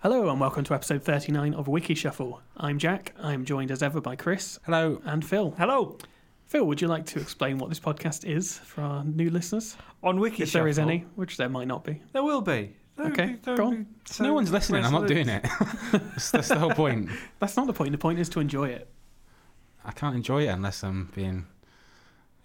Hello and welcome to episode 39 of Wiki Shuffle. I'm Jack. I'm joined as ever by Chris Hello. and Phil. Hello. Phil, would you like to explain what this podcast is for our new listeners? On Wiki, If there is any, which there might not be. there will be. There Okay, will be- there go will on. be- so no one's listening. I'm not resolute. doing it. that's, that's the whole point. That's not the point. The point is to enjoy it. I can't enjoy it unless I'm being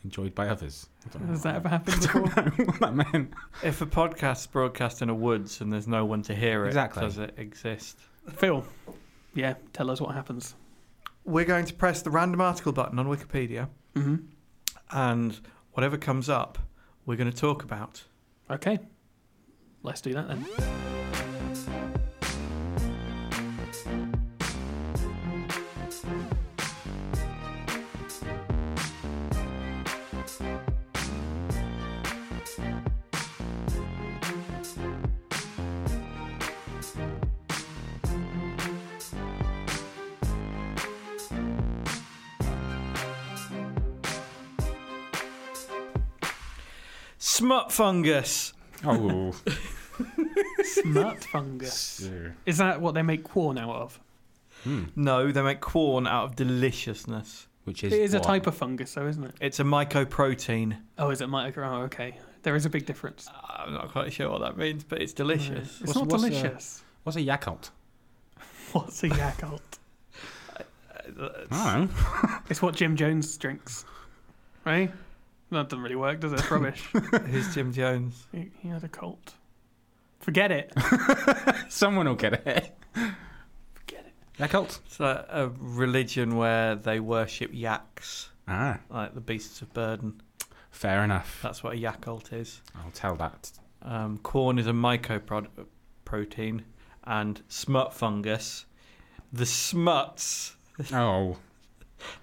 enjoyed by others. I don't know Has that ever happened before? what that meant. If a podcast's broadcast in a woods and there's no one to hear it, Exactly. does it exist? Phil, yeah, tell us what happens. We're going to press the random article button on Wikipedia, hmm and whatever comes up, we're going to talk about. Okay, let's do that then. Smut fungus. Oh, Smut fungus. dear. Is that what they make quorn out of? No, they make corn out of deliciousness. Hmm. which It is is a what? type of fungus, though, isn't it? It's a mycoprotein. Oh, is it mitochondria? Oh, okay. There is a big difference. Uh, I'm not quite sure what that means, but it's delicious. It's What's- not what's a- delicious. What's a yakult? What's a Yakult? I don't know. it's what Jim Jones drinks, right? That doesn't really work, does it? It's rubbish. Here's Jim Jones. he, he had a cult. Forget it. Someone will get it. Forget it. Yakult. It's like a religion where they worship yaks, Ah, like the beasts of burden. fair enough. That's what a yakult is. I'll tell that. Um, corn is a mycoprotein, and smut fungus. The smuts, Oh,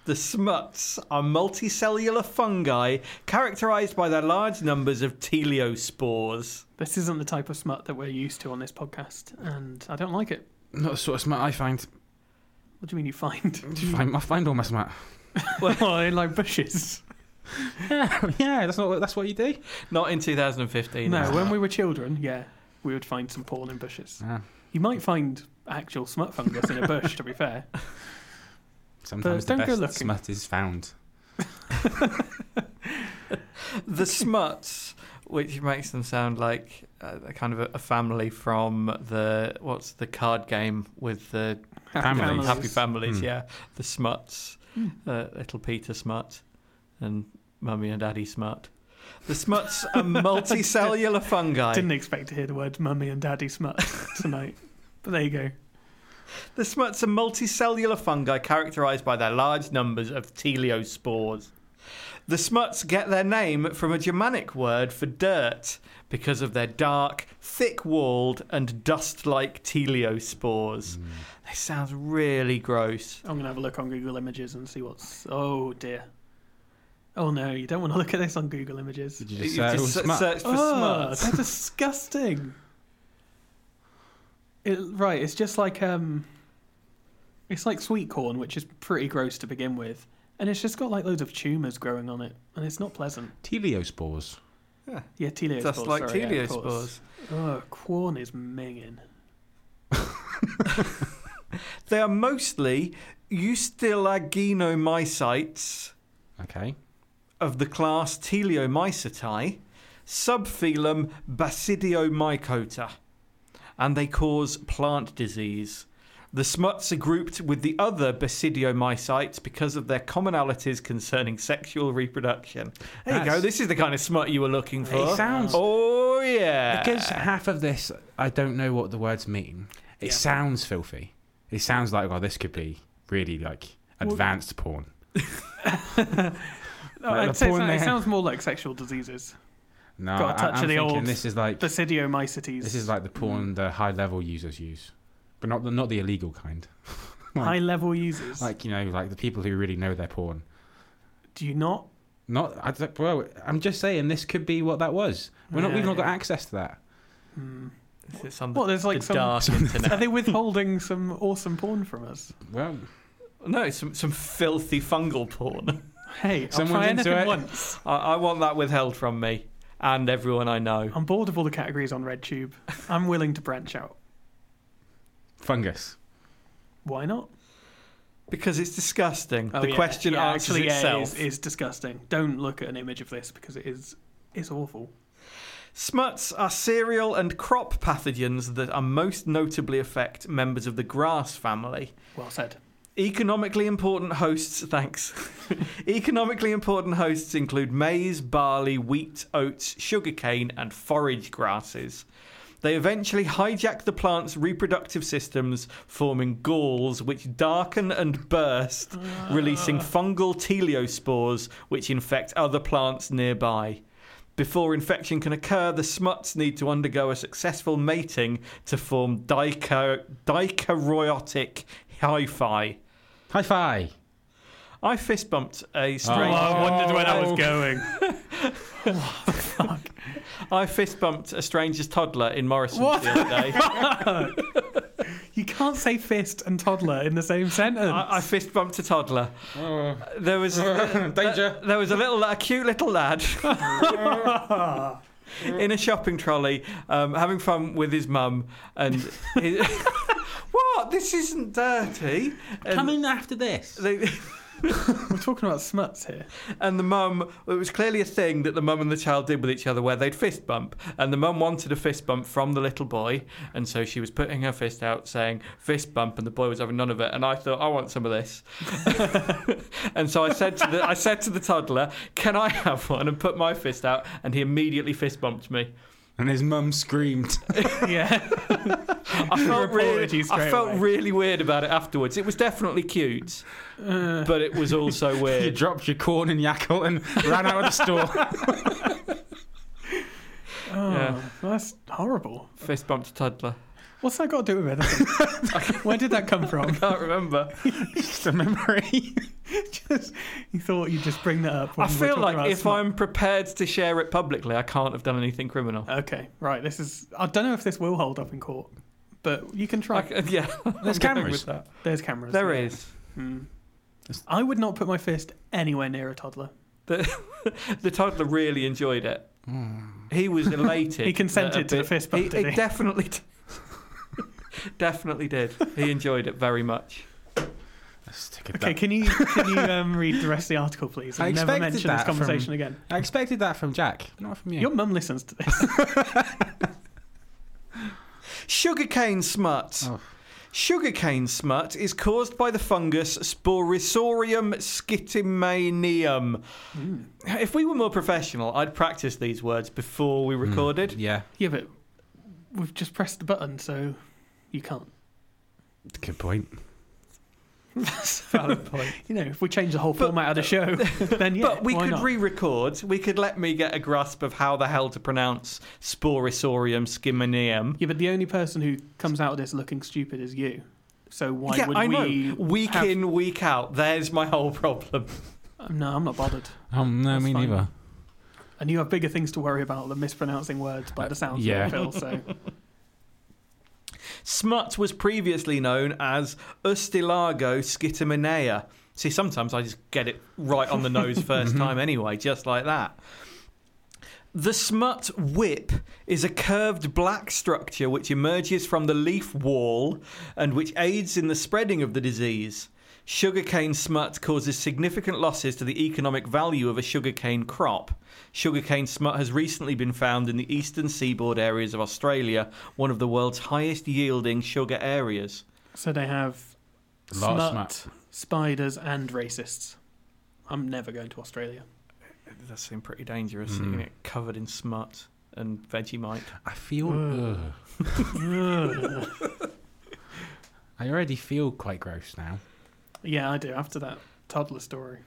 the smuts are multicellular fungi characterized by their large numbers of teleospores. This isn't the type of smut that we're used to on this podcast, and I don't like it. not the sort of smart I find. What do you mean you find? find I find all my smart. well, in like bushes. Yeah, yeah. That's not. what- That's what you do. Not in 2015. No, it's when not. we were children, yeah, we would find some porn in bushes. Ah, You might find actual smut fungus in a bush, to be fair. sometimes the don't go best looking. smut is found. the smuts, which makes them sound like uh, a kind of a, a family from the what's the card game with the Happy Families. families. Happy Families, Hmm. yeah. The Smuts, uh, Little Peter Smut, and Mummy and Daddy Smut. The Smuts are multicellular fungi. Didn't expect to hear the words mummy and daddy smut tonight. But there you go. The Smuts are multicellular fungi characterized by their large numbers of teleospores. The Smuts get their name from a Germanic word for dirt because of their dark, thick walled, and dust like teleospores. Hmm. This sounds really gross. I'm going to have a look on Google Images and see what's. Oh dear. Oh no, you don't want to look at this on Google Images. Did you just, You say just all se- smart? search for Oh, smuts. they're disgusting. It, right, it's just like um, it's like sweet corn, which is pretty gross to begin with, and it's just got like loads of tumours growing on it, and it's not pleasant. Teleospores. Yeah, teleospores. Just like sorry, yeah, of teleospores. course. oh, corn is minging. They are mostly eustilaginomycetes Okay. of the class Teleomycetae, subphylum Basidiomycota, and they cause plant disease. The smuts are grouped with the other Basidiomycetes because of their commonalities concerning sexual reproduction. There you That's- go. This is the kind of smut you were looking for. sounds- Oh yeah. Because half of this, I don't know what the words mean. It Yeah. sounds filthy. It sounds like, well, this could be really like advanced porn. No, Like I'd the say it sounds- porn it there. sounds more like sexual diseases. No, Got a touch I, of am the Mm. thinking old this is like Basidiomycetes. this is like the porn the high level users use, but not the not the illegal kind. high level users. Like you know, like the people who really know their porn. do you not? Not, I, don't- well, I'm just saying this could be what that was. We're not, Yeah, we've not got yeah. access to that. It's on the, What? There's like the some. dark Are internet. they withholding some awesome porn from us? Well, no, it's some, some filthy fungal porn. Hey, I'll Someone's try into anything it. once. I, I want that withheld from me and everyone I know. I'm bored of all the categories on RedTube. I'm willing to branch out. fungus. Why not? Because it's disgusting. Oh, the yeah, question yeah, answers actually, yeah, it is, itself. is disgusting. Don't look at an image of this because it is it's awful. Smuts are cereal and crop pathogens that are most notably affect members of the grass family. Well said. Economically important hosts, thanks. Economically important hosts include maize, barley, wheat, oats, sugarcane, and forage grasses. They eventually hijack the plant's reproductive systems, forming galls which darken and burst, releasing fungal teleospores which infect other plants nearby. Before infection can occur, the smuts need to undergo a successful mating to form dica- dikaryotic hyphae. Hi fi. I fist bumped a Oh, strange. I wondered where that was going. I fist bumped a stranger's toddler in Morrison What? the other day. You can't say fist and toddler in the same sentence. I, I fist bumped a toddler. Oh, There was danger. there was a little a cute little lad in a shopping trolley um, having fun with his mum and. His, What? This isn't dirty. And in after this. they, We're talking about smuts here. and the mum, it was clearly a thing that the mum and the child did with each other where they'd fist bump. And the mum wanted a fist bump from the little boy. And so she was putting her fist out saying, fist bump. And the boy was having none of it. And I thought, I want some of this. and so I said to the, I said to the toddler, can I have one? And put my fist out. And he immediately fist bumped me. And his mum screamed. Yeah. I reported felt, really, you straight I felt away. really weird about it afterwards. It was definitely cute, but it was also you weird. dropped your corn and yakult and ran out of the store. Oh, Yeah. That's horrible. Fist bumped a toddler. What's that got to do with anything? Where did that come from? Can't remember. Just a memory. just, you thought you'd just bring that up. When I we're feel talking like about if smut- I'm prepared to share it publicly, I can't have done anything criminal. Okay, right. This is. I don't know if this will hold up in court, but you can try. I c- yeah, There's I'm going cameras. With that. There's cameras. There yeah. is. I would not put my fist anywhere near a toddler. The, the toddler really enjoyed it. He was elated. Hmm. He consented that to a the fist bump, He, did he? definitely, d- definitely did. He enjoyed it very much. Let's take it Okay, back. can you can you um, read the rest of the article, please? I And never expected mention this that from- conversation again. I expected that from Jack, not from you. Your mum listens to this. Sugarcane smut. Oh. Sugarcane smut is caused by the fungus Sporissorium scitimanium. Hmm. If we were more professional, I'd practice these words before we recorded. Mm, Yeah, yeah, but we've just pressed the button, so you can't. good point. Valid point. You know, if we change the whole But- format of the show, then yeah, but we why could not? re-record. We could let me get a grasp of how the hell to pronounce Sporissorium skimanium. Yeah, but the only person who comes out of this looking stupid is you. So why yeah, would I we? know. Week have- in, week out. There's my whole problem. No, I'm not bothered. Um, no, That's me fine. neither. And you have bigger things to worry about than mispronouncing words by the sounds yeah. of it, Phil. So Smut was previously known as Ustilago scitiminea. See, sometimes I just get it right on the nose first time anyway, just like that. The smut whip is a curved black structure which emerges from the leaf wall and which aids in the spreading of the disease. Sugarcane smut causes significant losses to the economic value of a sugarcane crop. Sugarcane smut has recently been found in the eastern seaboard areas of Australia, one of the world's highest yielding sugar areas. so they have Lot of smut, spiders, and racists. I'm never going to Australia. That does seem pretty dangerous, you know, covered in smut and Vegemite. I feel. Ugh. ugh. Ugh. I already feel quite gross now. yeah, I do. After that toddler story,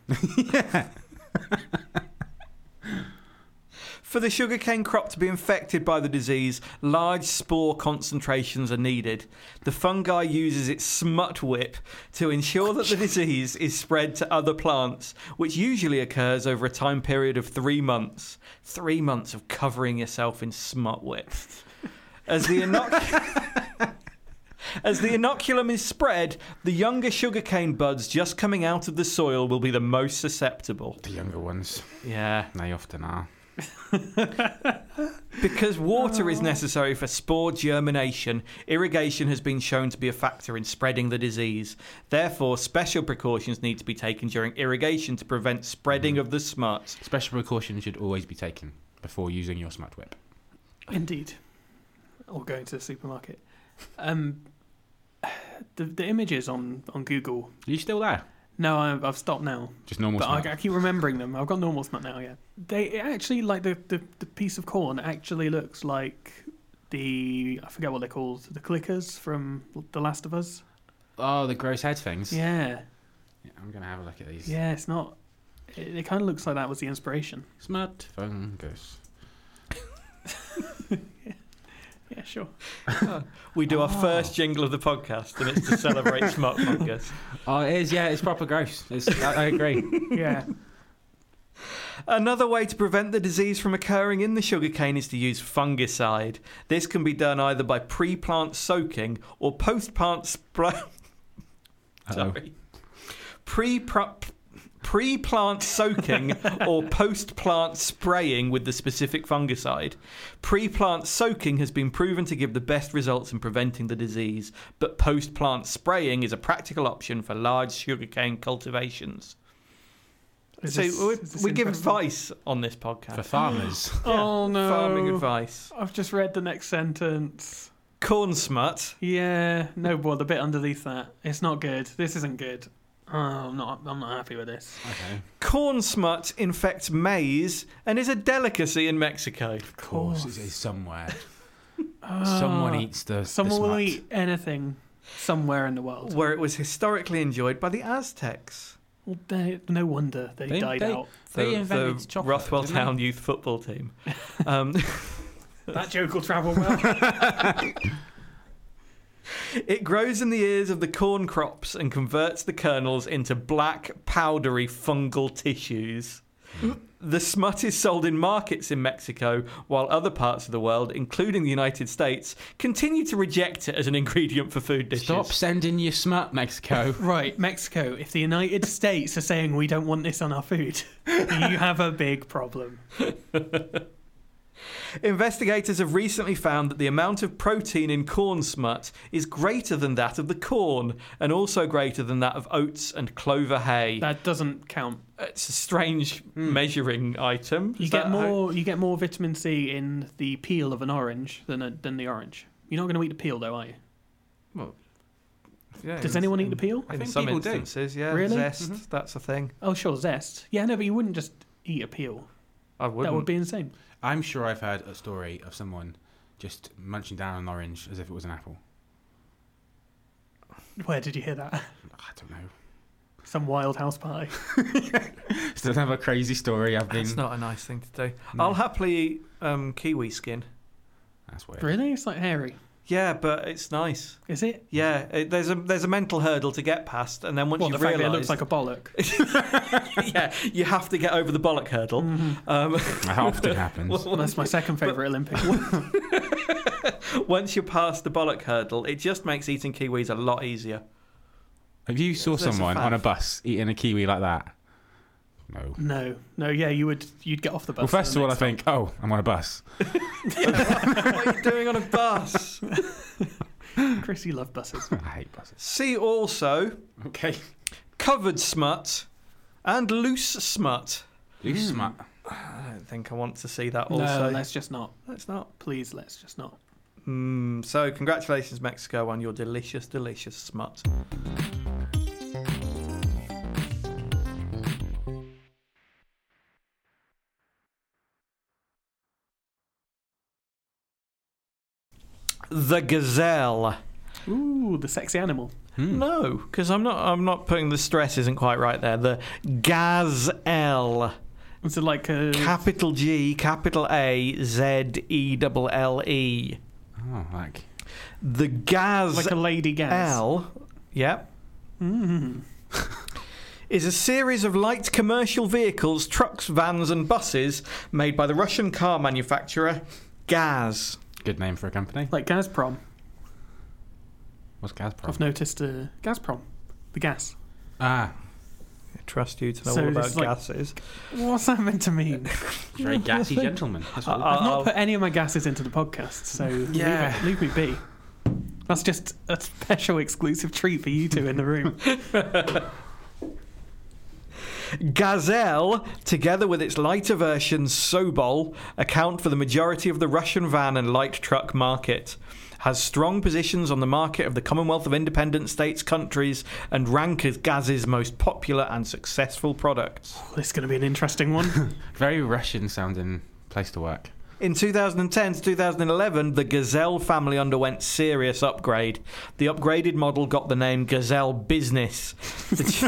For the sugarcane crop to be infected by the disease, large spore concentrations are needed. The fungi uses its smut whip to ensure that the disease is spread to other plants, which usually occurs over a time period of three months. Three months of covering yourself in smut whip. As the inoc- As the inoculum is spread, the younger sugarcane buds just coming out of the soil will be the most susceptible. The younger ones, Yeah. they often are. Because water is necessary for spore germination, irrigation has been shown to be a factor in spreading the disease. Therefore, special precautions need to be taken during irrigation to prevent spreading of the smut. Special precautions should always be taken before using your smart whip. Indeed. Or going to the supermarket. Um, the, the images on, on Google. Are you still there? No, I, I've stopped now. Just normal But smart. I, I keep remembering them. I've got normal smut now, yeah. They it actually, like, the, the, the piece of corn actually looks like the, I forget what they're called, the clickers from The Last of Us. Oh, the gross head things. Yeah, Yeah, I'm gonna have a look at these. yeah, it's not. It, it kind of looks like that was the inspiration. Smart fungus. Yeah, sure. We do our first jingle of the podcast, and it's to celebrate smut fungus. Oh, it is. Yeah, it's proper gross. It's, I, I agree. Yeah. Another way to prevent the disease from occurring in the sugarcane is to use fungicide. This can be done either by pre plant soaking or post plant spray. Sorry. Pre pre plant soaking or post plant spraying with the specific fungicide. Pre plant soaking has been proven to give the best results in preventing the disease, but post plant spraying is a practical option for large sugarcane cultivations. Is so this- we, is this we give interesting? advice on this For podcast. farmers, Oh no. Farming advice. I've just read the next sentence. Corn smut. Yeah, no, well, the bit underneath that. It's not good. This isn't good. Oh, I'm not. I'm not happy with this. okay, Corn smut infects maize and is a delicacy in Mexico. of course, it's, it's somewhere. Someone eats the. the Ah. Someone will smut. eat anything somewhere in the world. Where it was historically enjoyed by the Aztecs. Well, they, no wonder they, They- died they- out. They the, invented the chocolate, Rothwell didn't they? Town youth football team. Um, That joke will travel well. it grows in the ears of the corn crops and converts the kernels into black, powdery fungal tissues. The smut is sold in markets in Mexico, while other parts of the world, including the United States, continue to reject it as an ingredient for food dishes. Stop sending your smut, Mexico. Right, Mexico. If the United States are saying we don't want this on our food, you have a big problem. Investigators have recently found that the amount of protein in corn smut is greater than that of the corn, and also greater than that of oats and clover hay. That doesn't count. It's a strange measuring item. You Is get that how- more. You get more vitamin C in the peel of an orange than a, than the orange. You're not going to eat the peel, though, are you? Yeah, Does in- anyone in- eat the peel? In think some people do. instances, yeah. Really? Zest, that's a thing. Oh, sure, zest. Yeah, no, but you wouldn't just eat a peel. I wouldn't. That would be insane. I'm sure I've heard a story of someone just munching down an orange as if it was an apple. Where did you hear that? I don't know. Some wild house party. It's another crazy story I've been. That's not a nice thing to do. No. I'll happily eat um, kiwi skin. That's weird. Really? It's like hairy. Yeah, but it's nice. Is it? Yeah, it, there's a there's a mental hurdle to get past, and then once Well, the you realise, fact that it looks like a bollock. yeah, you have to get over the bollock hurdle. Um, That often happens. Well, that's my second favourite Olympic. once you're past the bollock hurdle, it just makes eating kiwis a lot easier. Have you saw That's a someone on a fact. bus eating a kiwi like that? No. No, no, yeah, you would. You'd get off the bus. Well, for the first of all, I next think, oh, I'm on a bus. what are you doing on a bus? one. Chris, you love buses. I hate buses. See also Okay. covered smut and loose smut. You smut. I don't think I want to see that no, also. let's just not. That's not. Please, let's just not. Hmm, so, congratulations, Mexico, on your delicious, delicious smut. The gazelle. Ooh, the sexy animal. No, because I'm not. I'm not putting the stress. Isn't quite right there. The gazelle Is it like a Capital G, capital A, Z E double L E. Oh, like The gas like a lady gas? Mm-hmm. L, yep, is a series of light commercial vehicles, trucks, vans, and buses made by the Russian car manufacturer Gaz. good name for a company. Like Gazprom. What's Gazprom? I've noticed uh, Gazprom, the gas. Ah, I trust you to know So all this about is like- gases. What's that meant to mean? very gassy gentleman. That's what- I've I'll- not put any of my gases into the podcast, so Yeah. leave, it, leave me be. That's just a special exclusive treat for you two in the room. Gazelle, together with its lighter version Sobol, account for the majority of the Russian van and light truck market. Has strong positions on the market of the Commonwealth of Independent States countries and rank as Gaz's most popular and successful products. Well, this is going to be an interesting one. very Russian sounding place to work. In 2010 to 2011, the Gazelle family underwent serious upgrade. The upgraded model got the name Gazelle Business. The, ch-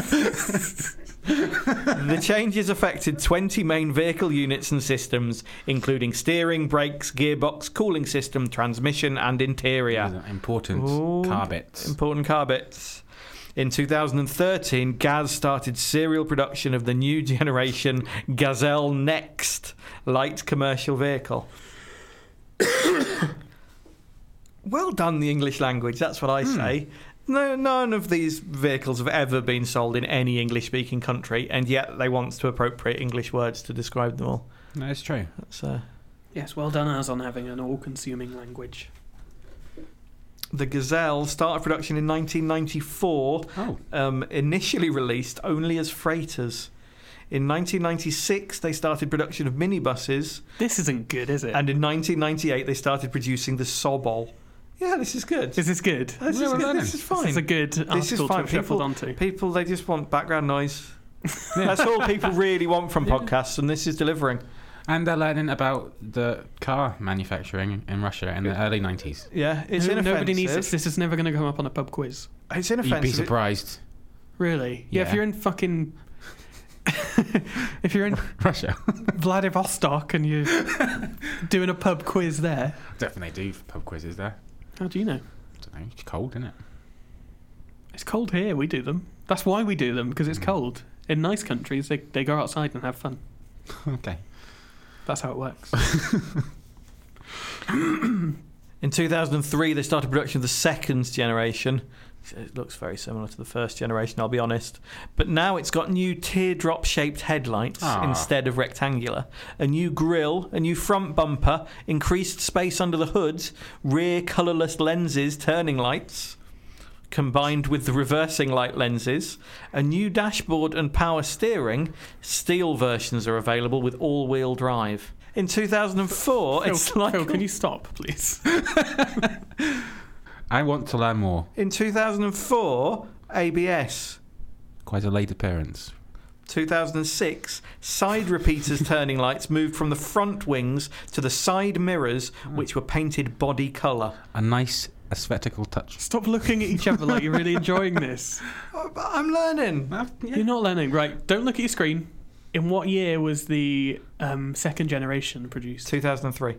the changes affected 20 main vehicle units and systems, including steering, brakes, gearbox, cooling system, transmission, and interior. These are Important Oh, Ooh. car bits. Important car bits. In 2013, Gaz started serial production of the new generation Gazelle Next light commercial vehicle. well done, the English language. That's what I say. No, none of these vehicles have ever been sold in any English-speaking country, and yet they want to appropriate English words to describe them all. No, it's true. That's uh, yes, well done us on having an all-consuming language. the Gazelle started production in 1994. Oh, um, initially released only as freighters. In 1996, they started production of minibuses, This isn't good, is it? and in 1998, they started producing the Sobol. Yeah, this is good. is this good? This, Yeah, is, we're good. learning. this is fine. This is a good This is article to fine. have shuffled onto. People, they just want background noise. That's all people really want from podcasts, and this is delivering. and they're learning about the car manufacturing in Russia in the early 90s. Yeah, it's No- inoffensive. nobody needs this. This is never going to come up on a pub quiz. It's You'd be inoffensive. surprised. Really? Yeah, if Yeah. you're in fucking. if you're in Russia. Vladivostok and you're doing a pub quiz there, Definitely do pub quizzes there. how do you know? I don't know. It's cold, isn't it? It's cold here, we do them. That's why we do them, Hmm. because it's cold. In nice countries, they, they go outside and have fun. Okay. That's how it works. In 2003, they started production of the second generation. It looks very similar to the first generation, I'll be honest. But now it's got new teardrop shaped headlights Ah. instead of rectangular, a new grille, a new front bumper, increased space under the hood, rear colourless lenses, turning lights, combined with the reversing light lenses, a new dashboard and power steering. Steel versions are available with all wheel drive. In 2004, it's Phil, like. Phil, can you stop, please? I want to learn more. In 2004, ABS. Quite a late appearance. 2006, side repeaters turning lights moved from the front wings to the side mirrors, Mm. which were painted body colour. A nice aesthetical touch. Stop looking at each other like you're really enjoying this. Oh, but I'm learning. You're not learning. Right, don't look at your screen. In what year was the um, second generation produced? 2003.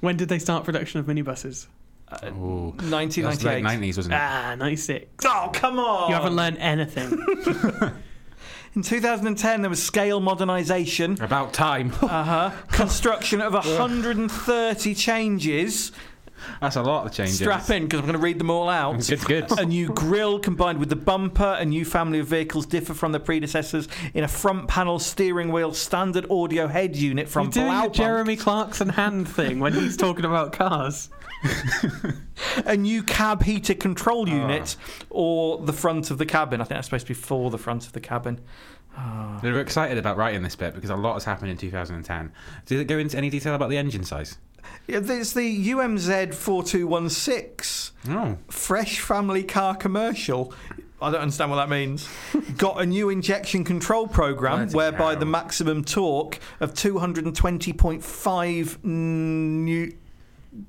when did they start production of minibuses? Ooh. That was late 1998. 90s, wasn't it? Ah, 96. Oh, come on. You haven't learned anything. In 2010, there was scale modernisation, About time. uh-huh. construction of 130 changes. That's a lot of changes. Strap in, because I'm going to read them all out. Good, good. a new grille combined with the bumper, a new family of vehicles differ from their predecessors in a front panel steering wheel standard audio head unit from You're doing the Blaubunk, Jeremy Clarkson hand thing when he's talking about cars. a new cab heater control unit, or the front of the cabin. I think that's supposed to be for the front of the cabin. Ah. They were excited about writing this bit because a lot has happened in 2010. Did it go into any detail about the engine size? Yeah, It's the UMZ 4216 No. fresh family car commercial. I don't understand what that means. Got a new injection control program Bloody whereby hell. the maximum torque of 220.5 new.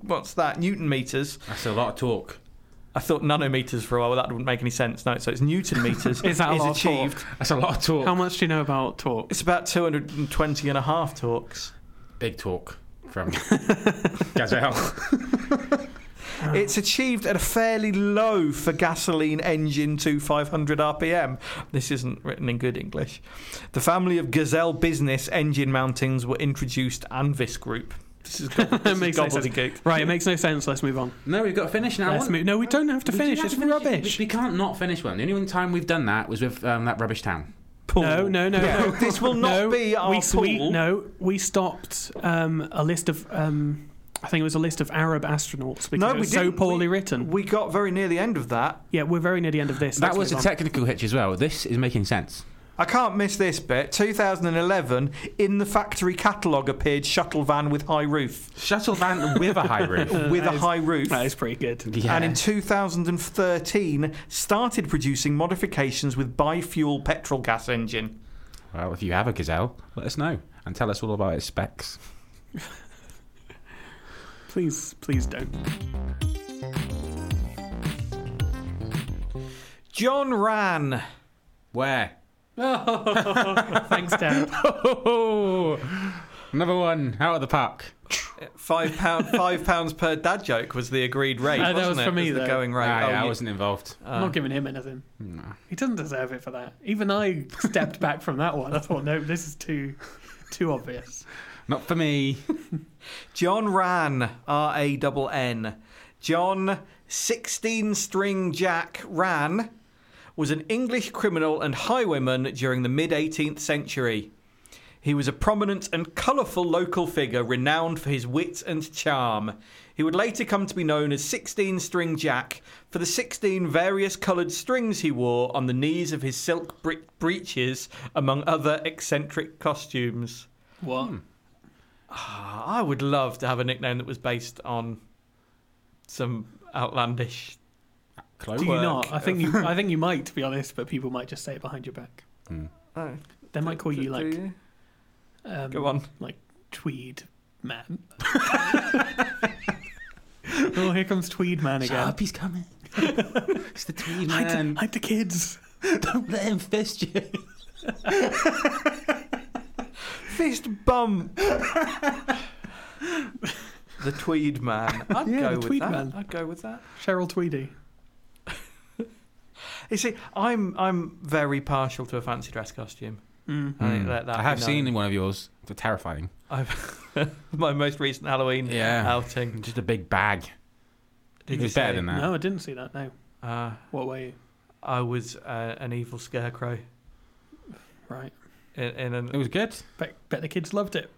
What's that? Newton meters. That's a lot of talk. I thought nanometers for a while. Well, that wouldn't make any sense. No, so it's Newton meters. Is that a lot of talk? achieved? That's a lot of talk. How much do you know about talk? It's about 220 and a half talks. Big talk from Gazelle. Oh. It's achieved at a fairly low for gasoline engine to 500 RPM. This isn't written in good English. The family of Gazelle business engine mountings were introduced Anvis Group. This is, gob- this is Makes no sense. gobbledygook. Right, it makes no sense. Let's move on. No, we've got to finish now. Let's want- move. No, we don't have to We do finish. have It's to finish. rubbish. We, we can't not finish one. The only one time we've done that was with um, that rubbish town. Pool. No, no, no, no. This will not no, be our we, We, pool. no, we stopped um, a list of. Um, I think it was a list of Arab astronauts because No, it we was so didn't. poorly We- written. We got very near the end of that. yeah, we're very near the end of this. That Let's was a move on. technical hitch as well. This is making sense. I can't miss this bit. 2011, in the factory catalogue appeared shuttle van with high roof. Shuttle van with a high roof. With Uh, that a is- high roof. That is pretty good. Yeah. And in 2013, started producing modifications with bifuel petrol gas engine. well, if you have a gazelle, let us know and tell us all about its specs. Please, please don't. John Ran. Where? Thanks, Dad. Oh, number one out of the park. Five pound, five pounds per dad joke was the agreed rate. Uh, that wasn't was it? for me, Was the though. going rate. Ah, Oh, yeah, I you- wasn't involved. I'm not giving him anything. No. He doesn't deserve it for that. Even I stepped back from that one. I thought, no, this is too, too obvious. Not for me. John Ran, R A double N. John 16 String Jack Ran was an English criminal and highwayman during the mid 18th century. He was a prominent and colourful local figure renowned for his wit and charm. He would later come to be known as 16 String Jack for the 16 various coloured strings he wore on the knees of his silk bre- breeches, among other eccentric costumes. What? Hmm. I would love to have a nickname that was based on some outlandish. Close. Do you Work. not? I think you, uh, I think you might, to be honest. But people might just say it behind your back. Oh, They might call you like um, Go on. like Tweed Man. oh, here comes Tweed Man Shut again. up, he's coming. it's the tweed Hide, man. the- hide the kids. Don't let him fist you. fist bump. the Tweed Man. I'd Yeah, go the with Tweed that. Man. I'd go with that. Cheryl Tweedy. You see, I'm I'm very partial to a fancy dress costume. Mm. I think that, that I have seen one of yours. They're terrifying. I've, my most recent Halloween Yeah. outing. Just a big bag. Did It was you better see? than that. No, I didn't see that. No. Uh, What were you? I was uh, an evil scarecrow Right. in, in an It was good. Bet, bet the kids loved it.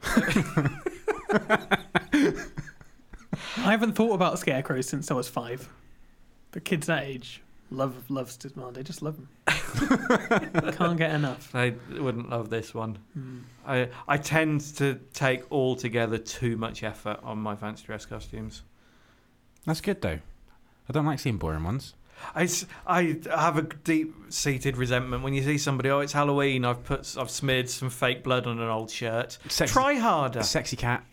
I haven't thought about scarecrows since I was five. But kids that age love loves to well, they just love them. Can't get enough. I wouldn't love this one. Mm. I I tend to take altogether too much effort on my fancy dress costumes. That's good though. I don't like seeing boring ones. I, s- I have a deep seated resentment when you see somebody. Oh, it's Halloween. I've put s- I've smeared some fake blood on an old shirt. Sexy, Try harder. sexy cat.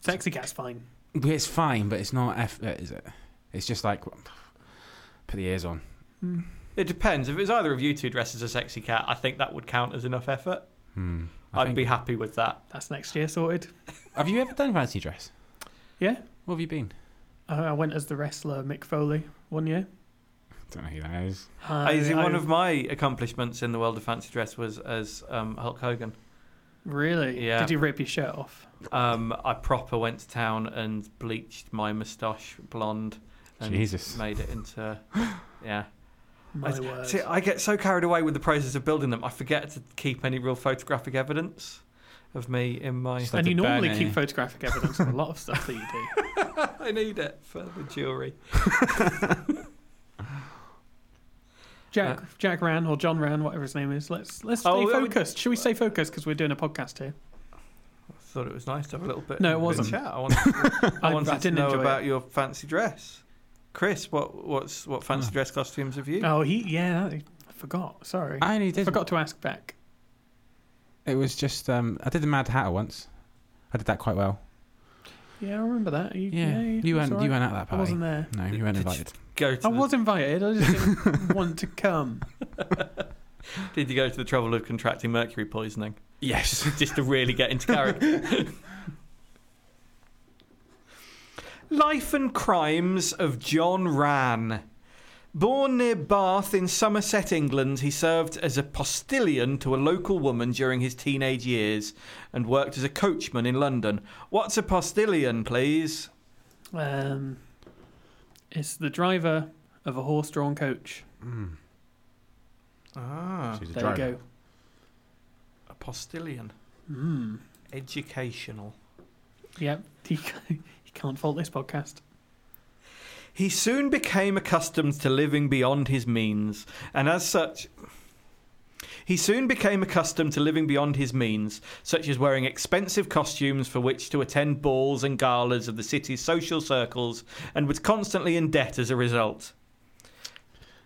Sexy cat's fine. It's fine, but it's not effort, is it? It's just like put the ears on. Mm. It depends. If it was either of you two dressed as a sexy cat, I think that would count as enough effort. Hmm. I I'd think- be happy with that. That's next year sorted. Have you ever done fancy dress? Yeah. What have you been? I Uh, I went as the wrestler Mick Foley one year. Don't know who that is. I, I see Ah, one I- of my accomplishments in the world of fancy dress was as um, Hulk Hogan. really? Yeah. Did you rip your shirt off? Um, I proper went to town and bleached my moustache blonde and Jesus. made it into yeah. My I- word. See, I get so carried away with the process of building them, I forget to keep any real photographic evidence of me in my. Just like- and you to burn normally it, keep yeah. photographic evidence of a lot of stuff that you do. I need it for the jury. Jack Jack Ran or John Ran, whatever his name is. Let's let's stay Oh, yeah, we- focused. Should we stay focused because we're doing a podcast here? I thought it was nice to have a little bit. No, it of a wasn't. Chat. I wanted, I I- wanted I didn't to know enjoy about your fancy dress, Chris. What what's what fancy dress costumes have you? Ah. Oh, he yeah, I forgot. Sorry, I only did. forgot to ask back. It was just um, I did the Mad Hatter once. I did that quite well. Yeah, I remember that. You, Yeah, you it's weren't. all You right. weren't at that party. I wasn't there. No, you weren't Did you- invited. Go to I the- was invited. I just didn't want to come. Did you go to the trouble of contracting mercury poisoning Yes. just to really get into character? Life and Crimes of John Rann. Born near Bath in Somerset, England, he served as a postilion to a local woman during his teenage years and worked as a coachman in London. What's a postilion, please? Um, it's the driver of a horse-drawn coach. Mm. Ah, She's a There driver. you a postilion. go. Mm. Educational. Yep. You can't fault this podcast. He soon became accustomed to living beyond his means, and as such, he soon became accustomed to living beyond his means, such as wearing expensive costumes for which to attend balls and galas of the city's social circles, and was constantly in debt as a result.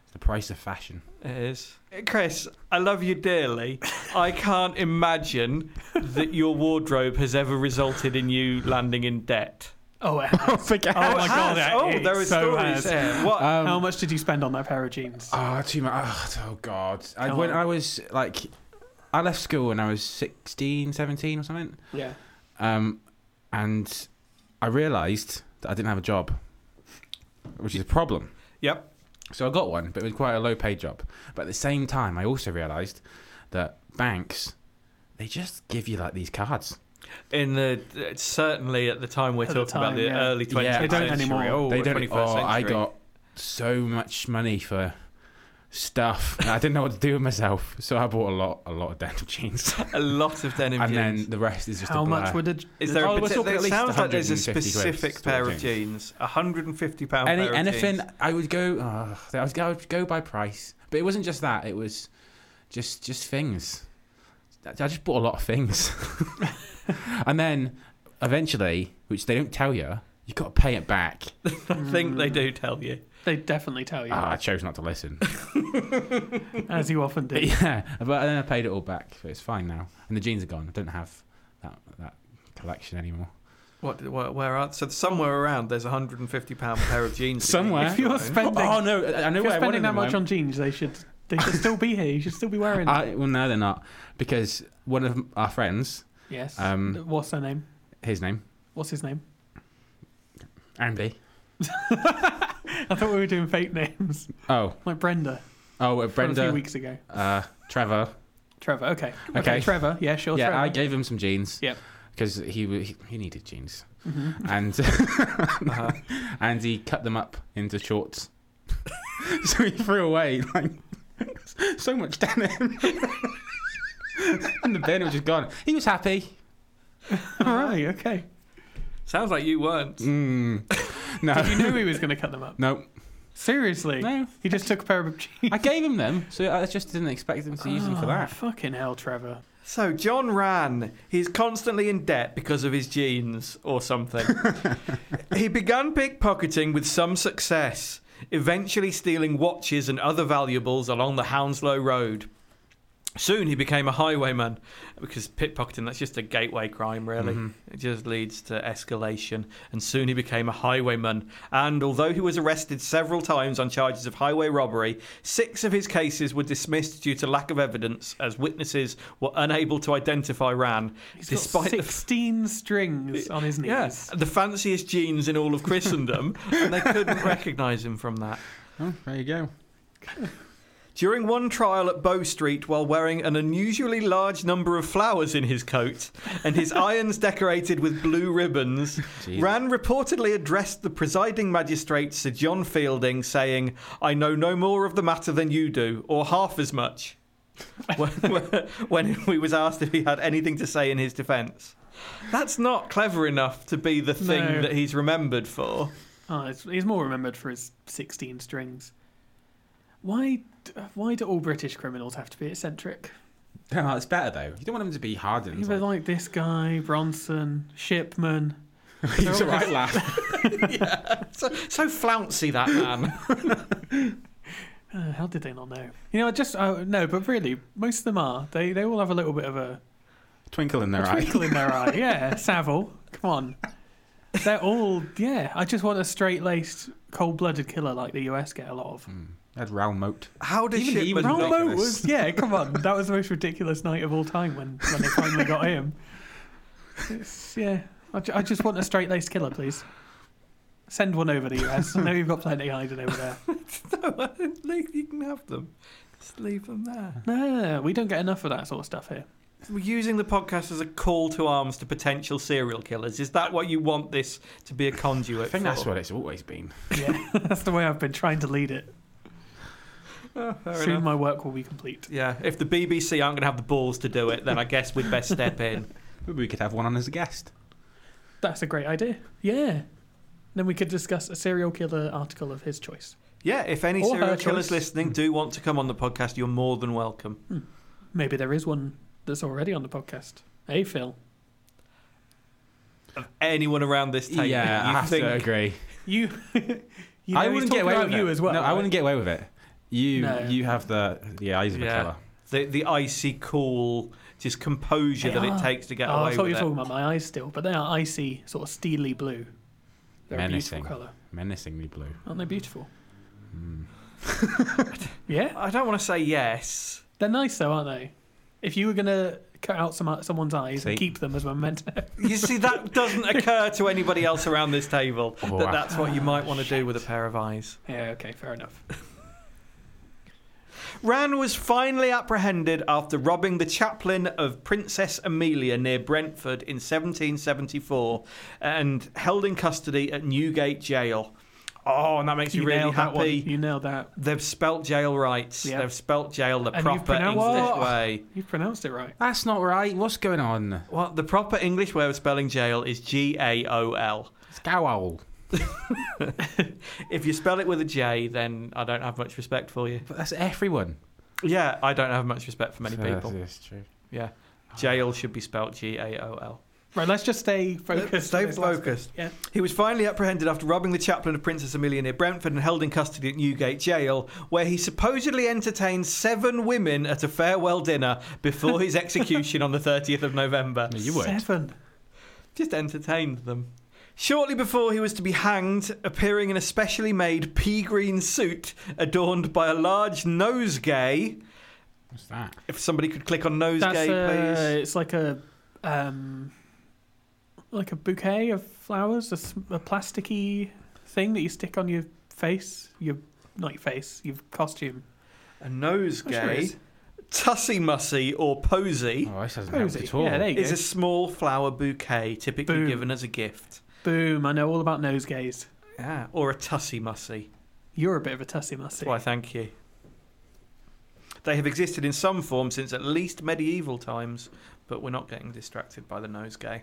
It's the price of fashion. It is. Chris, I love you dearly. I can't imagine that your wardrobe has ever resulted in you landing in debt. Oh, it has. Forget. Oh my god! Has- it- oh, it there are so stories has. Uh, there. What? Um, How much did you spend on that pair of jeans? Ah, too much. Oh, oh God. I, Come when on. I was like, I left school when I was 16, 17 or something, yeah. um, and I realised that I didn't have a job, which is a problem. yep. So I got one, but it was quite a low-paid job. But at the same time, I also realised that banks, they just give you like these cards. In the it's certainly at the time we're At the talking about time, the yeah. early 20th Yeah. They don't century. anymore. Oh, they don't. 21st Oh, I century. got so much money for stuff. and I didn't know what to do with myself, so I bought a lot, a lot of denim jeans, a lot of denim and jeans. then the rest is just How a much blur. would it? is there Oh, a we're particular, talking it at least sounds like there's a 150 quid specific store pair of jeans. jeans. A 150 pound Any, pair of anything jeans. I would go. Uh, I was I would go by price, but it wasn't just that. It was just just things. I I just bought a lot of things, and then eventually, which they don't tell you, you got to pay it back. I think they do tell you. They definitely tell you, Ah, I chose not to listen. as you often do. but yeah, but then I paid it all back. But it's fine now, and the jeans are gone. I don't have that that collection anymore. What? Where, where are? So somewhere around there's a 150 pound pair of jeans. that you Somewhere. need. If you're spending- oh no, I I know Ah, If you're where I wanted spending that them. much on jeans, they should they should still be here. You should still be wearing them. I, well, no, they're not because one of our friends, Yes. um, What's her name? his name, What's his name? Andy. I thought we were doing fake names, Oh, like Brenda. oh, uh, from a few Brenda. weeks ago. uh, Trevor. Trevor. Okay. Okay. Trevor. Yeah. Sure. yeah, Trevor. I gave him some jeans. Yep. Because he, wa- he he needed jeans, Mhm. and Uh-huh. and he cut them up into shorts. so he threw away like so much denim, and the bin was just gone. He was happy. All right. Okay. Sounds like you weren't. Mm. No, You knew he was going to cut them up. no, Seriously. no. He just took a pair of jeans. I gave him them, so I just didn't expect them to use them for Oh, that. Fucking hell, Trevor. So John Rann, he's constantly in debt because of his jeans or something. he began pickpocketing with some success, eventually stealing watches and other valuables along the Hounslow Road. Soon he became a highwayman because pickpocketing that's just a gateway crime really. Mhm. Mm-hmm. It just leads to escalation and soon he became a highwayman and although he was arrested several times on charges of highway robbery, six of his cases were dismissed due to lack of evidence as witnesses were unable to identify Ran He's despite got the 16 strings on his knees. Yes, the fanciest jeans in all of Christendom, and they couldn't recognise him from that. Ah. Oh, there you go. During one trial at Bow Street, while wearing an unusually large number of flowers in his coat and his irons decorated with blue ribbons, Jesus. Rann reportedly addressed the presiding magistrate, Sir John Fielding, saying, I know no more of the matter than you do, or half as much. when, when he was asked if he had anything to say in his defence. That's not clever enough to be the thing No. that he's remembered for. Oh, it's, he's more remembered for his 16 strings. Why, d- why do all British criminals have to be eccentric? No, it's better though. You don't want him to be hardened. Even like- like this guy, Bronson, Shipman. He was alright lad. So, so flouncy, that man. Uh, how did they not know? You know, I just uh, no, but really, most of them are. They they all have a little bit of a, Twinkle in a their eye. twinkle in their eye. Yeah, Savile, come on. They're all yeah. I just want a straight laced, cold blooded killer like the US get a lot of. Had Ralmote. How did Even he Shipman was not- Raoul Moat ridiculous. was yeah. Come on, that was the most ridiculous night of all time when when they finally got him. It's, yeah, I, ju- I just want a straight laced killer, please. Send one over the US. I know you've got plenty hiding over there. No, you can have them. Just leave them there. No, no, no, we don't get enough of that sort of stuff here. We're using the podcast as a call to arms to potential serial killers. Is that what you want this to be a conduit I think for? that's what it's always been. Yeah, that's the way I've been trying to lead it. Oh, fair Soon enough. my work will be complete. Yeah, if the BBC aren't going to have the balls to do it, then I guess we'd best step in. Maybe we could have one on as a guest. That's a great idea. Yeah. Then we could discuss a serial killer article of his choice. Yeah, if any Or her serial killers choice. listening do want to come on the podcast, you're more than welcome. Maybe there is one that's already on the podcast. Hey, Phil. Anyone around this table, yeah, I you have think to agree. You. you know I he's wouldn't get talking away about with you it. as well. No, I right? wouldn't get away with it. You, No. you have the the eyes of Yeah. a killer. the, the icy cool, just composure They that are. it takes to get Oh, I away thought you with were it? talking about my eyes still, but they are icy, sort of steely blue. They're a Menacing. beautiful colour. Menacingly blue. Aren't they beautiful? Hmm. yeah. I don't want to say yes. They're nice, though, aren't they? If you were going to cut out some, someone's eyes and See? keep them as memento. You see, that doesn't occur to anybody else around this table Oh, that wow. that's what you might want to do with a pair of eyes. yeah, okay, fair enough. Ran was finally apprehended after robbing the chaplain of Princess Amelia near Brentford in 1774 and held in custody at Newgate Jail. Oh, and that makes You me really nailed that one. happy. You nailed that. They've spelt jail rights. Yep. They've spelt jail the And you've proper English pronounced- What? way. You pronounced it right. That's not right. What's going on? Well, the proper English way of spelling jail is G A O L. It's Gowl. If you spell it with a J, then I don't have much respect for you. But that's everyone. Yeah, I don't have much respect for many people. That's true. Yeah. Jail should be spelt G A O L. Right, let's just stay focused. on Stay this last focused. bit. Yeah. He was finally apprehended after robbing the chaplain of Princess Amelia near Brentford and held in custody at Newgate Jail, where he supposedly entertained seven women at a farewell dinner before his execution on the 30th of November. No, you would. Seven. Just entertained them. Shortly before he was to be hanged, appearing in a specially made pea green suit adorned by a large nosegay. What's that? If somebody could click on That's nosegay, uh, please. It's like a, um, like a bouquet of flowers, a, s- a plasticky thing that you stick on your face. Your not your face, your costume. A Oh, sure it nosegay. is. Tussy mussy or posy. Oh, this doesn't help Posy. at all. Yeah, there you is go. a small flower bouquet typically Boom. given as a gift. Boom! I know all about nosegays. Yeah. Or a tussy mussy. You're a bit of a tussy mussy. Why, thank you. They have existed in some form since at least medieval times, but we're not getting distracted by the nosegay.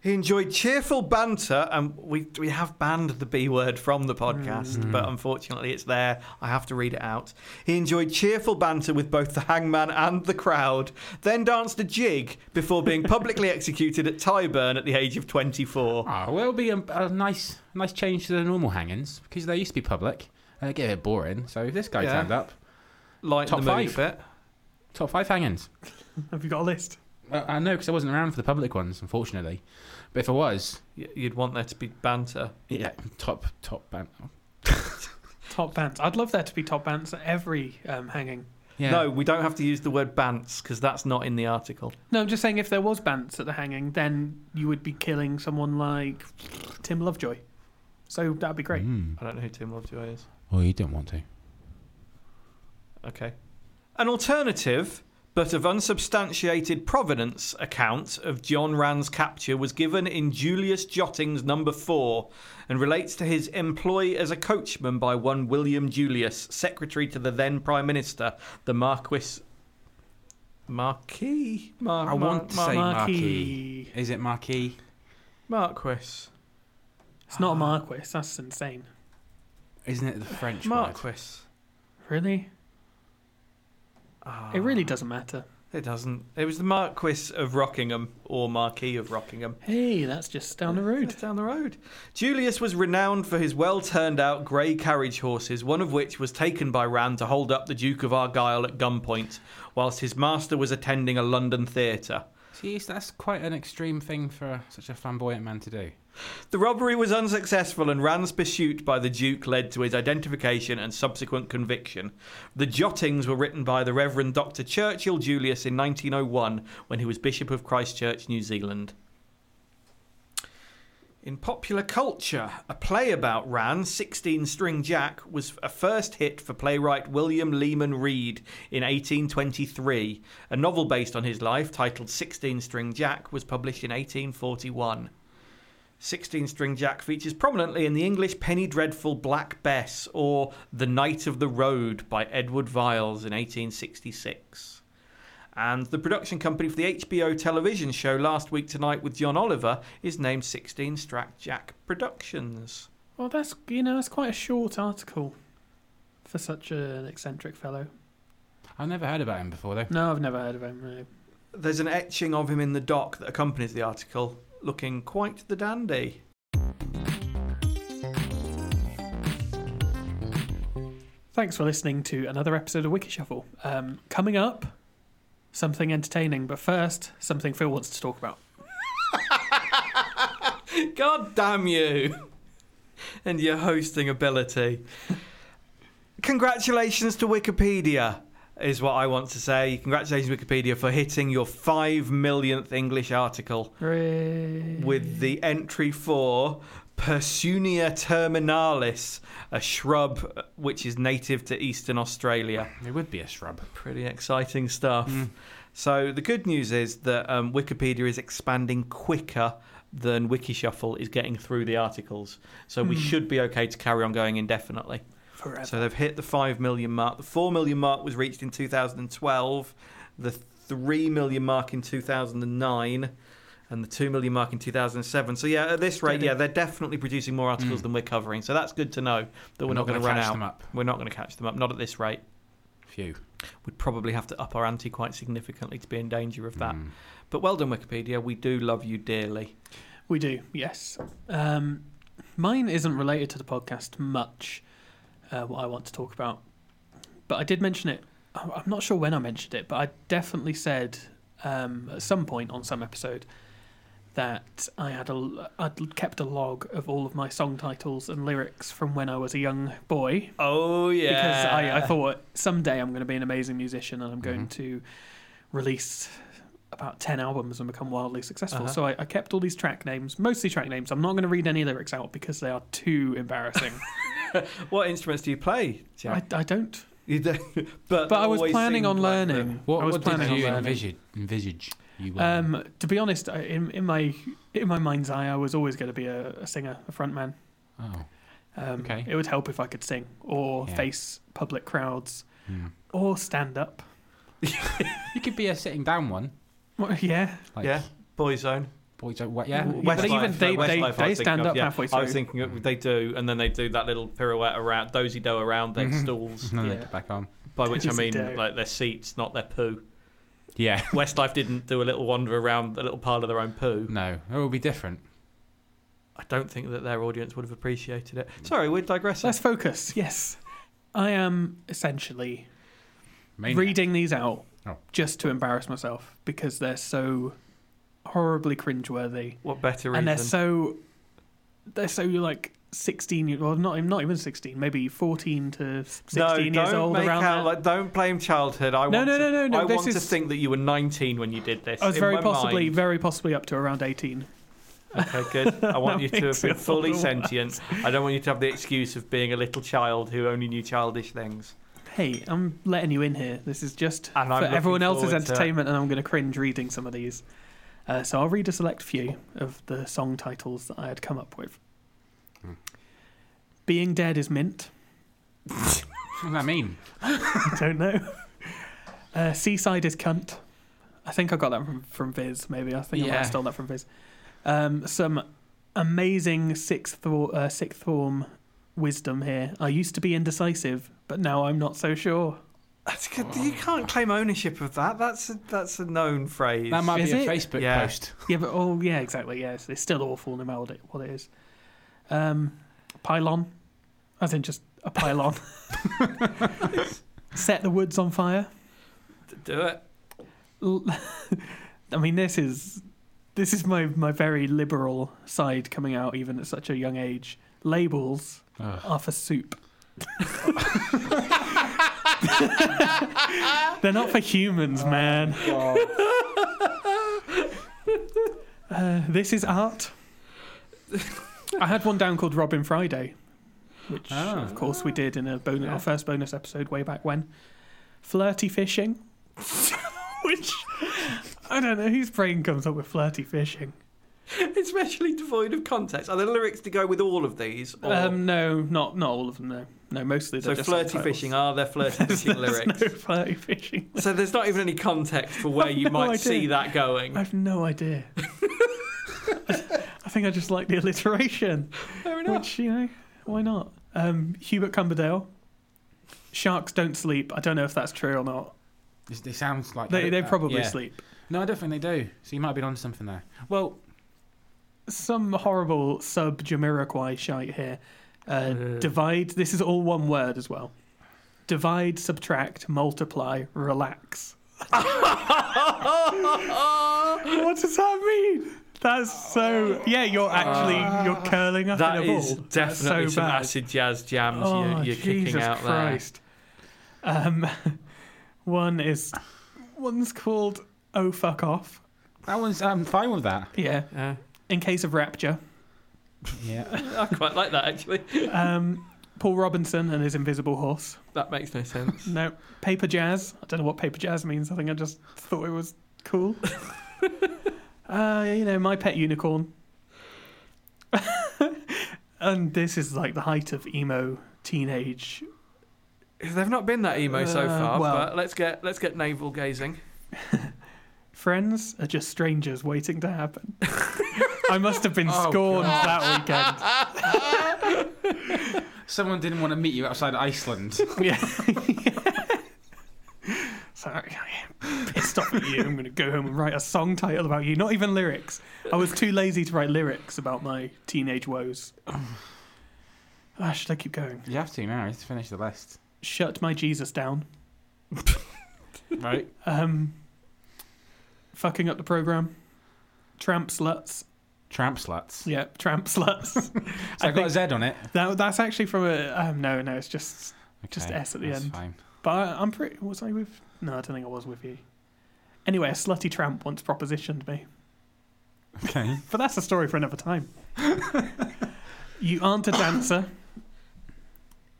He enjoyed cheerful banter, and we, we have banned the B word from the podcast, Mm. but unfortunately it's there. I have to read it out. He enjoyed cheerful banter with both the hangman and the crowd, then danced a jig before being publicly executed at Tyburn at the age of 24. Oh, well, it'll be a, a nice, nice change to the normal hangings because they used to be public. And they get a bit boring. So if this guy Yeah. turned up, Lighten Top the mood five. a bit. top five hangings. Have you got a list? Well, I know because I wasn't around for the public ones, unfortunately. But if I was, Y- You'd want there to be banter. yeah, top, top band. Top bands. I'd love there to be top bands at every um, hanging. Yeah. No, we don't have to use the word bants because that's not in the article. No, I'm just saying if there was bants at the hanging, then you would be killing someone like Tim Lovejoy. So that'd be great. Mm. I don't know who Tim Lovejoy is. Oh, you don't want to. Okay. An alternative, but of unsubstantiated provenance, account of John Rand's capture was given in Julius Jotting's number four and relates to his employ as a coachman by one William Julius, secretary to the then Prime Minister, the Marquis. Marquis? Mar- I want to Mar- say Marquis. Marquis. Is it Marquis? Mar- Marquis. It's not a Marquis. That's insane. Isn't it the French word? Marquis. Really? Ah. It really doesn't matter. It doesn't. It was the Marquis of Rockingham or Marquis of Rockingham. Hey, that's just down the road. Just down the road. Julius was renowned for his well turned out grey carriage horses, one of which was taken by Rand to hold up the Duke of Argyle at gunpoint, whilst his master was attending a London theatre. Jeez, that's quite an extreme thing for such a flamboyant man to do. The robbery was unsuccessful, and Rand's pursuit by the Duke led to his identification and subsequent conviction. The jottings were written by the Reverend Dr. Churchill Julius in 1901 when he was Bishop of Christchurch, New Zealand. In popular culture, a play about Ran, 16 String Jack, was a first hit for playwright William Lehman Reed in 1823. A novel based on his life, titled 16 String Jack, was published in 1841. 16 String Jack features prominently in the English penny dreadful Black Bess or The Knight of the Road by Edward Viles in 1866. And the production company for the HBO television show Last Week Tonight with John Oliver is named 16 Strack Jack Productions. Well, that's you know that's quite a short article for such an eccentric fellow. I've never heard about him before, though. No, I've never heard of him. Really. There's an etching of him in the dock that accompanies the article, looking quite the dandy. Thanks for listening to another episode of Wiki Shuffle. Um, coming up, something entertaining, but first, something Phil wants to talk about. God damn you and your hosting ability. Congratulations to Wikipedia, is what I want to say. Congratulations, Wikipedia, for hitting your 5 millionth English article with the entry for Persunia terminalis, a shrub uh, which is native to Eastern Australia. It would be a shrub. Pretty exciting stuff. Mm. So, the good news is that um, Wikipedia is expanding quicker than Wikishuffle is getting through the articles. So, Hmm. we should be okay to carry on going indefinitely. forever. So they've hit the 5 million mark. The 4 million mark was reached in 2012, the 3 million mark in 2009, and the 2 million mark in 2007. So, yeah, at this rate, yeah, they're definitely producing more articles than we're covering. So that's good to know that we're I'm not, going to Hmm. gonna run catch out. them up. We're not going to catch them up, not at this rate. Phew. We'd probably have to up our ante quite significantly to be in danger of that. Mm. But well done, Wikipedia. We do love you dearly. We do, yes. Um, mine isn't related to the podcast much, uh, what I want to talk about. But I did mention it. I- I'm not sure when I mentioned it, but I definitely said um, at some point on some episode that I had a, l- I'd kept a log of all of my song titles and lyrics from when I was a young boy Oh, yeah. because I, I thought someday I'm going to be an amazing musician and I'm going Mm-hmm. to release about 10 albums and become wildly successful. Uh-huh. So I, I kept all these track names, mostly track names. I'm not going to read any lyrics out because they are too embarrassing. What instruments do you play, I, Jack? I don't. You don't- but But I was always planning sing on Black learning. Ribbon. What, I was what planning did you on learning. envisage, envisage you were? Um, to be honest, I, in, in my in my mind's eye, I was always going to be a, a singer, a frontman. oh. Um, Okay. It would help if I could sing or Yeah. face public crowds Hmm. or stand up. You could be a sitting down one. Well, yeah, Like, Yeah. Boyzone. Boy, don't, what, yeah. Well, yeah, but but even Westlife, they- no, they- Westlife I was they thinking stand of, up yeah. halfway I through. was thinking of- they do, and then they do that little pirouette around, dozy do around their Mm-hmm. stools, No, Yeah. they get back on. by which I mean Dozy-do. like their seats, not their poo. Yeah. Westlife didn't do a little wander around a little pile of their own poo. No, it will be different. I don't think that their audience would have appreciated it. Sorry, we're digressing. let's focus. Yes, I am essentially Maniac. reading these out Oh. just to embarrass myself because they're so horribly cringeworthy What better and reason? they're so they're so like 16 year well not not even 16 maybe 14 to 16 no, years don't old make around out there. like don't blame childhood. I No, want no, to, no, no, no, I this want to is- think that you were 19 when you did this. I was In very my possibly mind- very possibly up to around 18 Okay, good. I want That you to have makes been it all the fully worse. sentient. I don't want you to have the excuse of being a little child who only knew childish things. hey I'm letting you in here this is just And I'm for looking everyone else's forward to it. entertainment and I'm going to cringe reading some of these uh, so I'll read a select few of the song titles that I had come up with Being Dead is Mint What does that mean? don't know. Uh, Seaside is cunt. I think I got that from, from Viz, maybe. I think I might Yeah. have stole that from Viz. Um, some amazing sixth, or, uh, sixth form wisdom here. I used to be indecisive, but now I'm not so sure. That's good. You can't claim ownership of that. That's a, that's a known phrase. That might Is be it? a Facebook Yeah. post. Yeah, but oh, yeah, exactly. Yeah, it's, it's still awful no matter what it, what it is. Um, pylon, as in just a pylon. Set the woods on fire. Do it. L- I mean, this is this is my my very liberal side coming out even at such a young age. Labels Ugh. are for soup. They're not for humans, man. Uh, this is art. I had one down called Robin Friday, which Ah. of course we did in a bonus, Yeah. our first bonus episode way back when. Flirty fishing, which I don't know whose brain comes up with flirty fishing. Especially devoid of context. Are there lyrics to go with all of these? Or... Um, no, not not all of them. No, no, mostly so they're just flirty subtitles. fishing. Are there flirty fishing There's lyrics? no flirty fishing. So there's not even any context for where you no might idea. see that going. I have no idea. I think I just like the alliteration. Fair Which, you know, why not? Um, Hubert Cumberdale. Sharks don't sleep. I don't know if that's true or not. This- They sound like They, they probably yeah. sleep. No, I don't think they do. So you might have been on something there. Well, Some horrible sub Jamiroquai shite here. Uh, divide. This is all one word as well. Divide, subtract, multiply, relax. what does that mean? That's so. Yeah, you're actually you're curling up Uh, That in a ball. is That's definitely so some bad. acid jazz jams Oh, you're, you're Jesus kicking out Christ. Um, one is one's called "Oh Fuck Off." that one's. I'm fine with that. Yeah, there. in case of rapture, Yeah. I quite like that actually. um, Paul Robinson and his Invisible Horse. That makes no sense. No, paper jazz. I don't know what paper jazz means. I think I just thought it was cool. uh, you know, my pet unicorn. and this is like the height of emo teenage. They've not been that emo so Uh, far, well. but let's get let's get navel gazing. Friends are just strangers waiting to happen. I must have been Oh, scorned that Someone didn't want to meet you outside Iceland. weekend. Yeah. Sorry, I am pissed off at you. I'm going to go home and write a song title about you. Not even lyrics. I was too lazy to write lyrics about my teenage woes. Ah, should I keep going? you have to now. Let's finish the list. Shut my Jesus down. Right. Um, fucking up the program. Tramp sluts. Tramp sluts. Yeah, tramp sluts. So I, got a Z on it. That, that's actually from a um, no, no. It's just, Just Okay, S at the that's end. Fine. but I, I'm pretty. Was I with? No, I don't think I was with you. Anyway, a slutty tramp once propositioned me, Okay. but that's a story for another time. you aren't a dancer.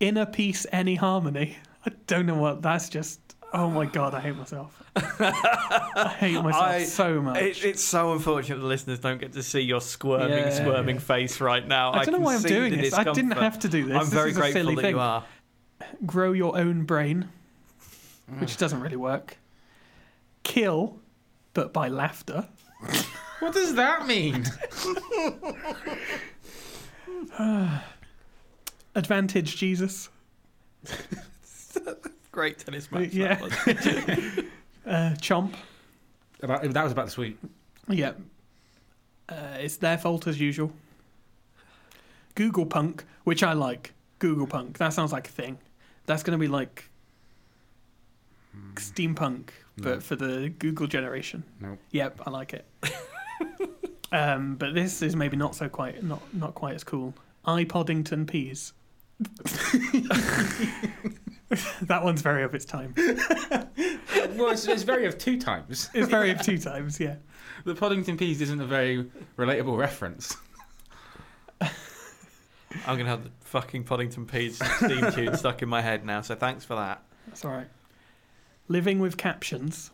Inner peace, any harmony. I don't know what. That's just. Oh my god, I hate myself. I hate myself I- so much. It, it's so unfortunate the listeners don't get to see your squirming, Yeah. squirming face right now. I don't know why I'm can see doing the this. I didn't discomfort. have to do this. I'm This very is a grateful silly that thing. you are. grow your own brain, Mm. which doesn't really work. Kill, but by laughter. What does that mean? Advantage Jesus. Great tennis match. Yeah. That was. Uh, chomp. about, that was about this week. Yeah. Uh, it's their fault as usual. Google Punk, which I like. Google Punk. That sounds like a thing. That's going to be like steampunk, but Hmm. No. for the Google generation. Nope. Yep, I like it. um, but this is maybe not so quite not not quite as cool. iPoddington peas. that one's very of its time. Well, it's, it's very of two times. It's very of two times, yeah. The Poddington Peas isn't a very relatable reference. I'm gonna have the fucking Poddington Peas theme tune stuck in my head now. So thanks for that. That's all right. Living with captions.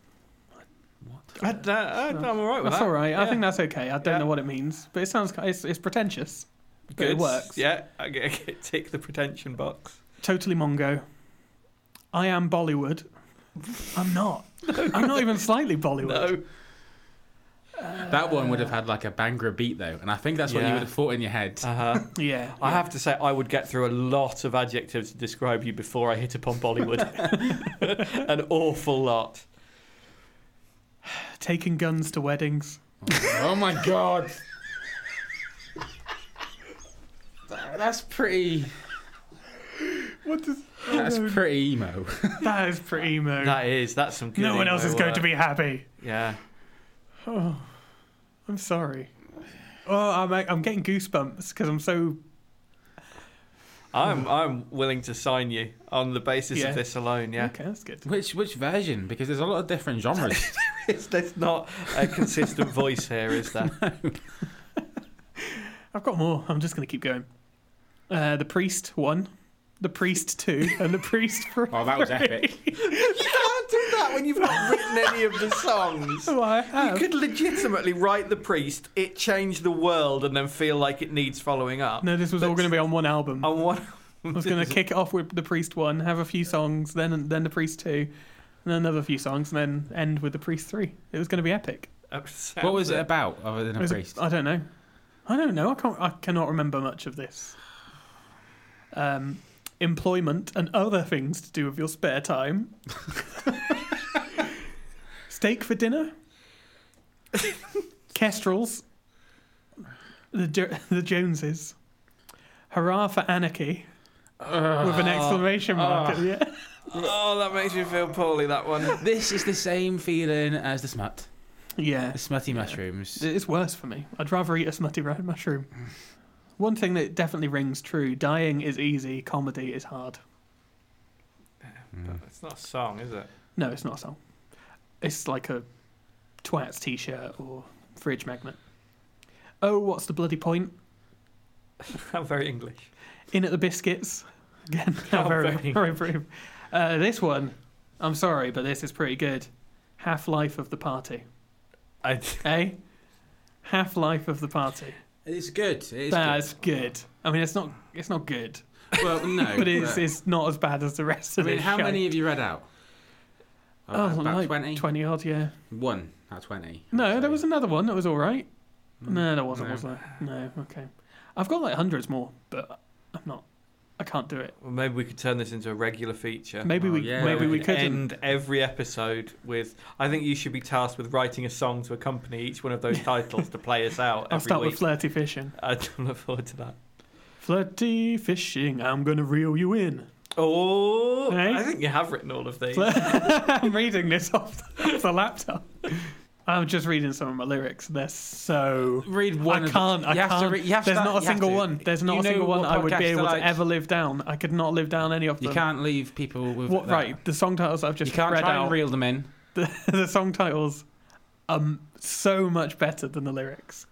I, I, am all right with That's that. all right. I Yeah. think that's okay. I don't Yeah. know what it means, but it sounds ki- it's, it's pretentious. but Good. It works. Yeah, I get, I get- tick the pretension box. Totally Mongo. I am Bollywood. I'm not. I'm not even slightly Bollywood. No, that one would have had like a Bangra beat though, and I think that's what you Yeah. would have thought in your head. uh-huh. Yeah. I have to say I would get through a lot of adjectives to describe you before I hit upon Bollywood. An awful lot. Taking guns to weddings. oh my god. That- That's pretty. What does That's pretty emo. that is pretty emo. That is. That's some. Good no one emo uh, else is going to work. be happy. Yeah. Oh, I'm sorry. Oh, I'm I'm getting goosebumps because I'm so I'm I'm willing to sign you on the basis Yeah. of this alone. Yeah, okay. That's good. Which which version? Because there's a lot of different genres. it's, there's not a consistent voice here, is there? I've got more. I'm just gonna keep going. Uh, the priest one, the priest two, and the priest three. oh, that was epic. You can't do that when you've not written any of the songs. Oh, I You have. could legitimately write the priest, it changed the world, and then feel like it needs following up. No, this was all going to be on one album. I And what? I was going to kick it off with the priest one, have a few songs, then then the priest two, and then another few songs, and then end with the priest three. It was going to be epic. what was it about other than It a was a- priest? I don't know. I don't know. I can't. I cannot remember much of this. Um, employment and other things to do with your spare time. Steak for dinner. Kestrels. The jo- the Joneses. Hurrah for anarchy. with an exclamation mark at the end. Oh, that makes me feel poorly. That one. This is the same feeling as the smut, Yeah. the smutty mushrooms. It's worse for me. I'd rather eat a smutty red mushroom. One thing that definitely rings true dying is easy, comedy is hard. It's not a song, is it? No, it's not a song. It's like a twats t shirt or fridge magnet. Oh, what's the bloody point? How very English. In at the biscuits. Again, how very, very- Oh, very brave. Uh, this one, I'm sorry, but this is pretty good. Half Life of the Party. I, Eh? Half Life of the Party. It's good. It is That's good. I mean, it's not. It's not good. good. Well, no, but it's, it's not as bad as the rest I of it. mean, how many have you read out? Oh, about like 20? 20 odd, yeah. One out of 20. I'd No, say. there was another one that was all right. No, there wasn't, Hmm. No. was there? No, okay. I've got like hundreds more, but I'm not. I can't do it. well, maybe we could turn this into a regular feature. Maybe Oh, we yeah, maybe we we could could end every episode with. I think you should be tasked with writing a song to accompany each one of those titles to play us out. I'll every start week. with flirty fishing. I look forward to that. Flirty fishing, I'm gonna reel you in. Oh, Hey? I think you have written all of these. I'm reading this off the, off the laptop. I'm just reading some of my lyrics. They're so. Read I one. of the- can't. I you have to can't. re- you have There's to- not a you have single to. one. There's not You a know single one what I would be podcasts able are to like. ever live down. I could not live down any of You them. can't leave people with What, that. right, the song titles I've You just can't read try out. and reel them in. the, the song titles are so much better than the lyrics.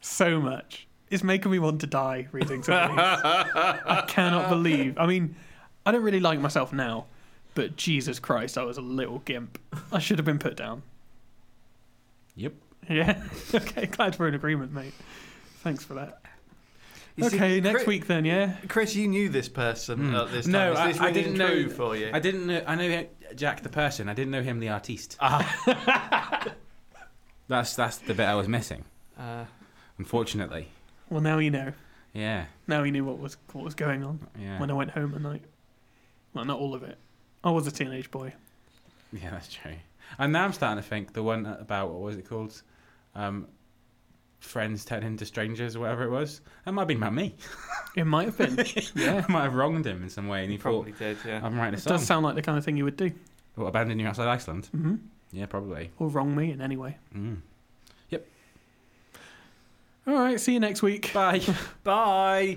So much. It's making me want to die reading some of these. I cannot believe. I mean, I don't really like myself now, but Jesus Christ, I was a little gimp. I should have been put down. Yep. Yeah. okay. Glad we're in agreement, mate. Thanks for that. You see, okay, next Chris- week then, yeah. Chris, you knew this person at this time. Hmm. No, Is I- this I ringing didn't know- true for you. I didn't know. I know Jack the person. I didn't know him the artiste. Ah. that's that's the bit I was missing. Uh, Unfortunately. Well, now you know. Yeah. Now you knew what was what was going on Yeah. when I went home at night. Well, not all of it. I was a teenage boy. Yeah, that's true. And now I'm starting to think the one about what was it called? Um, friends turn into strangers, or whatever it was. That might have been about me. It might have been. yeah. I might have wronged him in some way, and he you probably did, thought yeah. I'm writing a It song. does sound like the kind of thing you would do. what, abandon you outside Iceland? hmm Yeah, probably. Or wrong me in any way. Mm. All right. See you next week. Bye. Bye.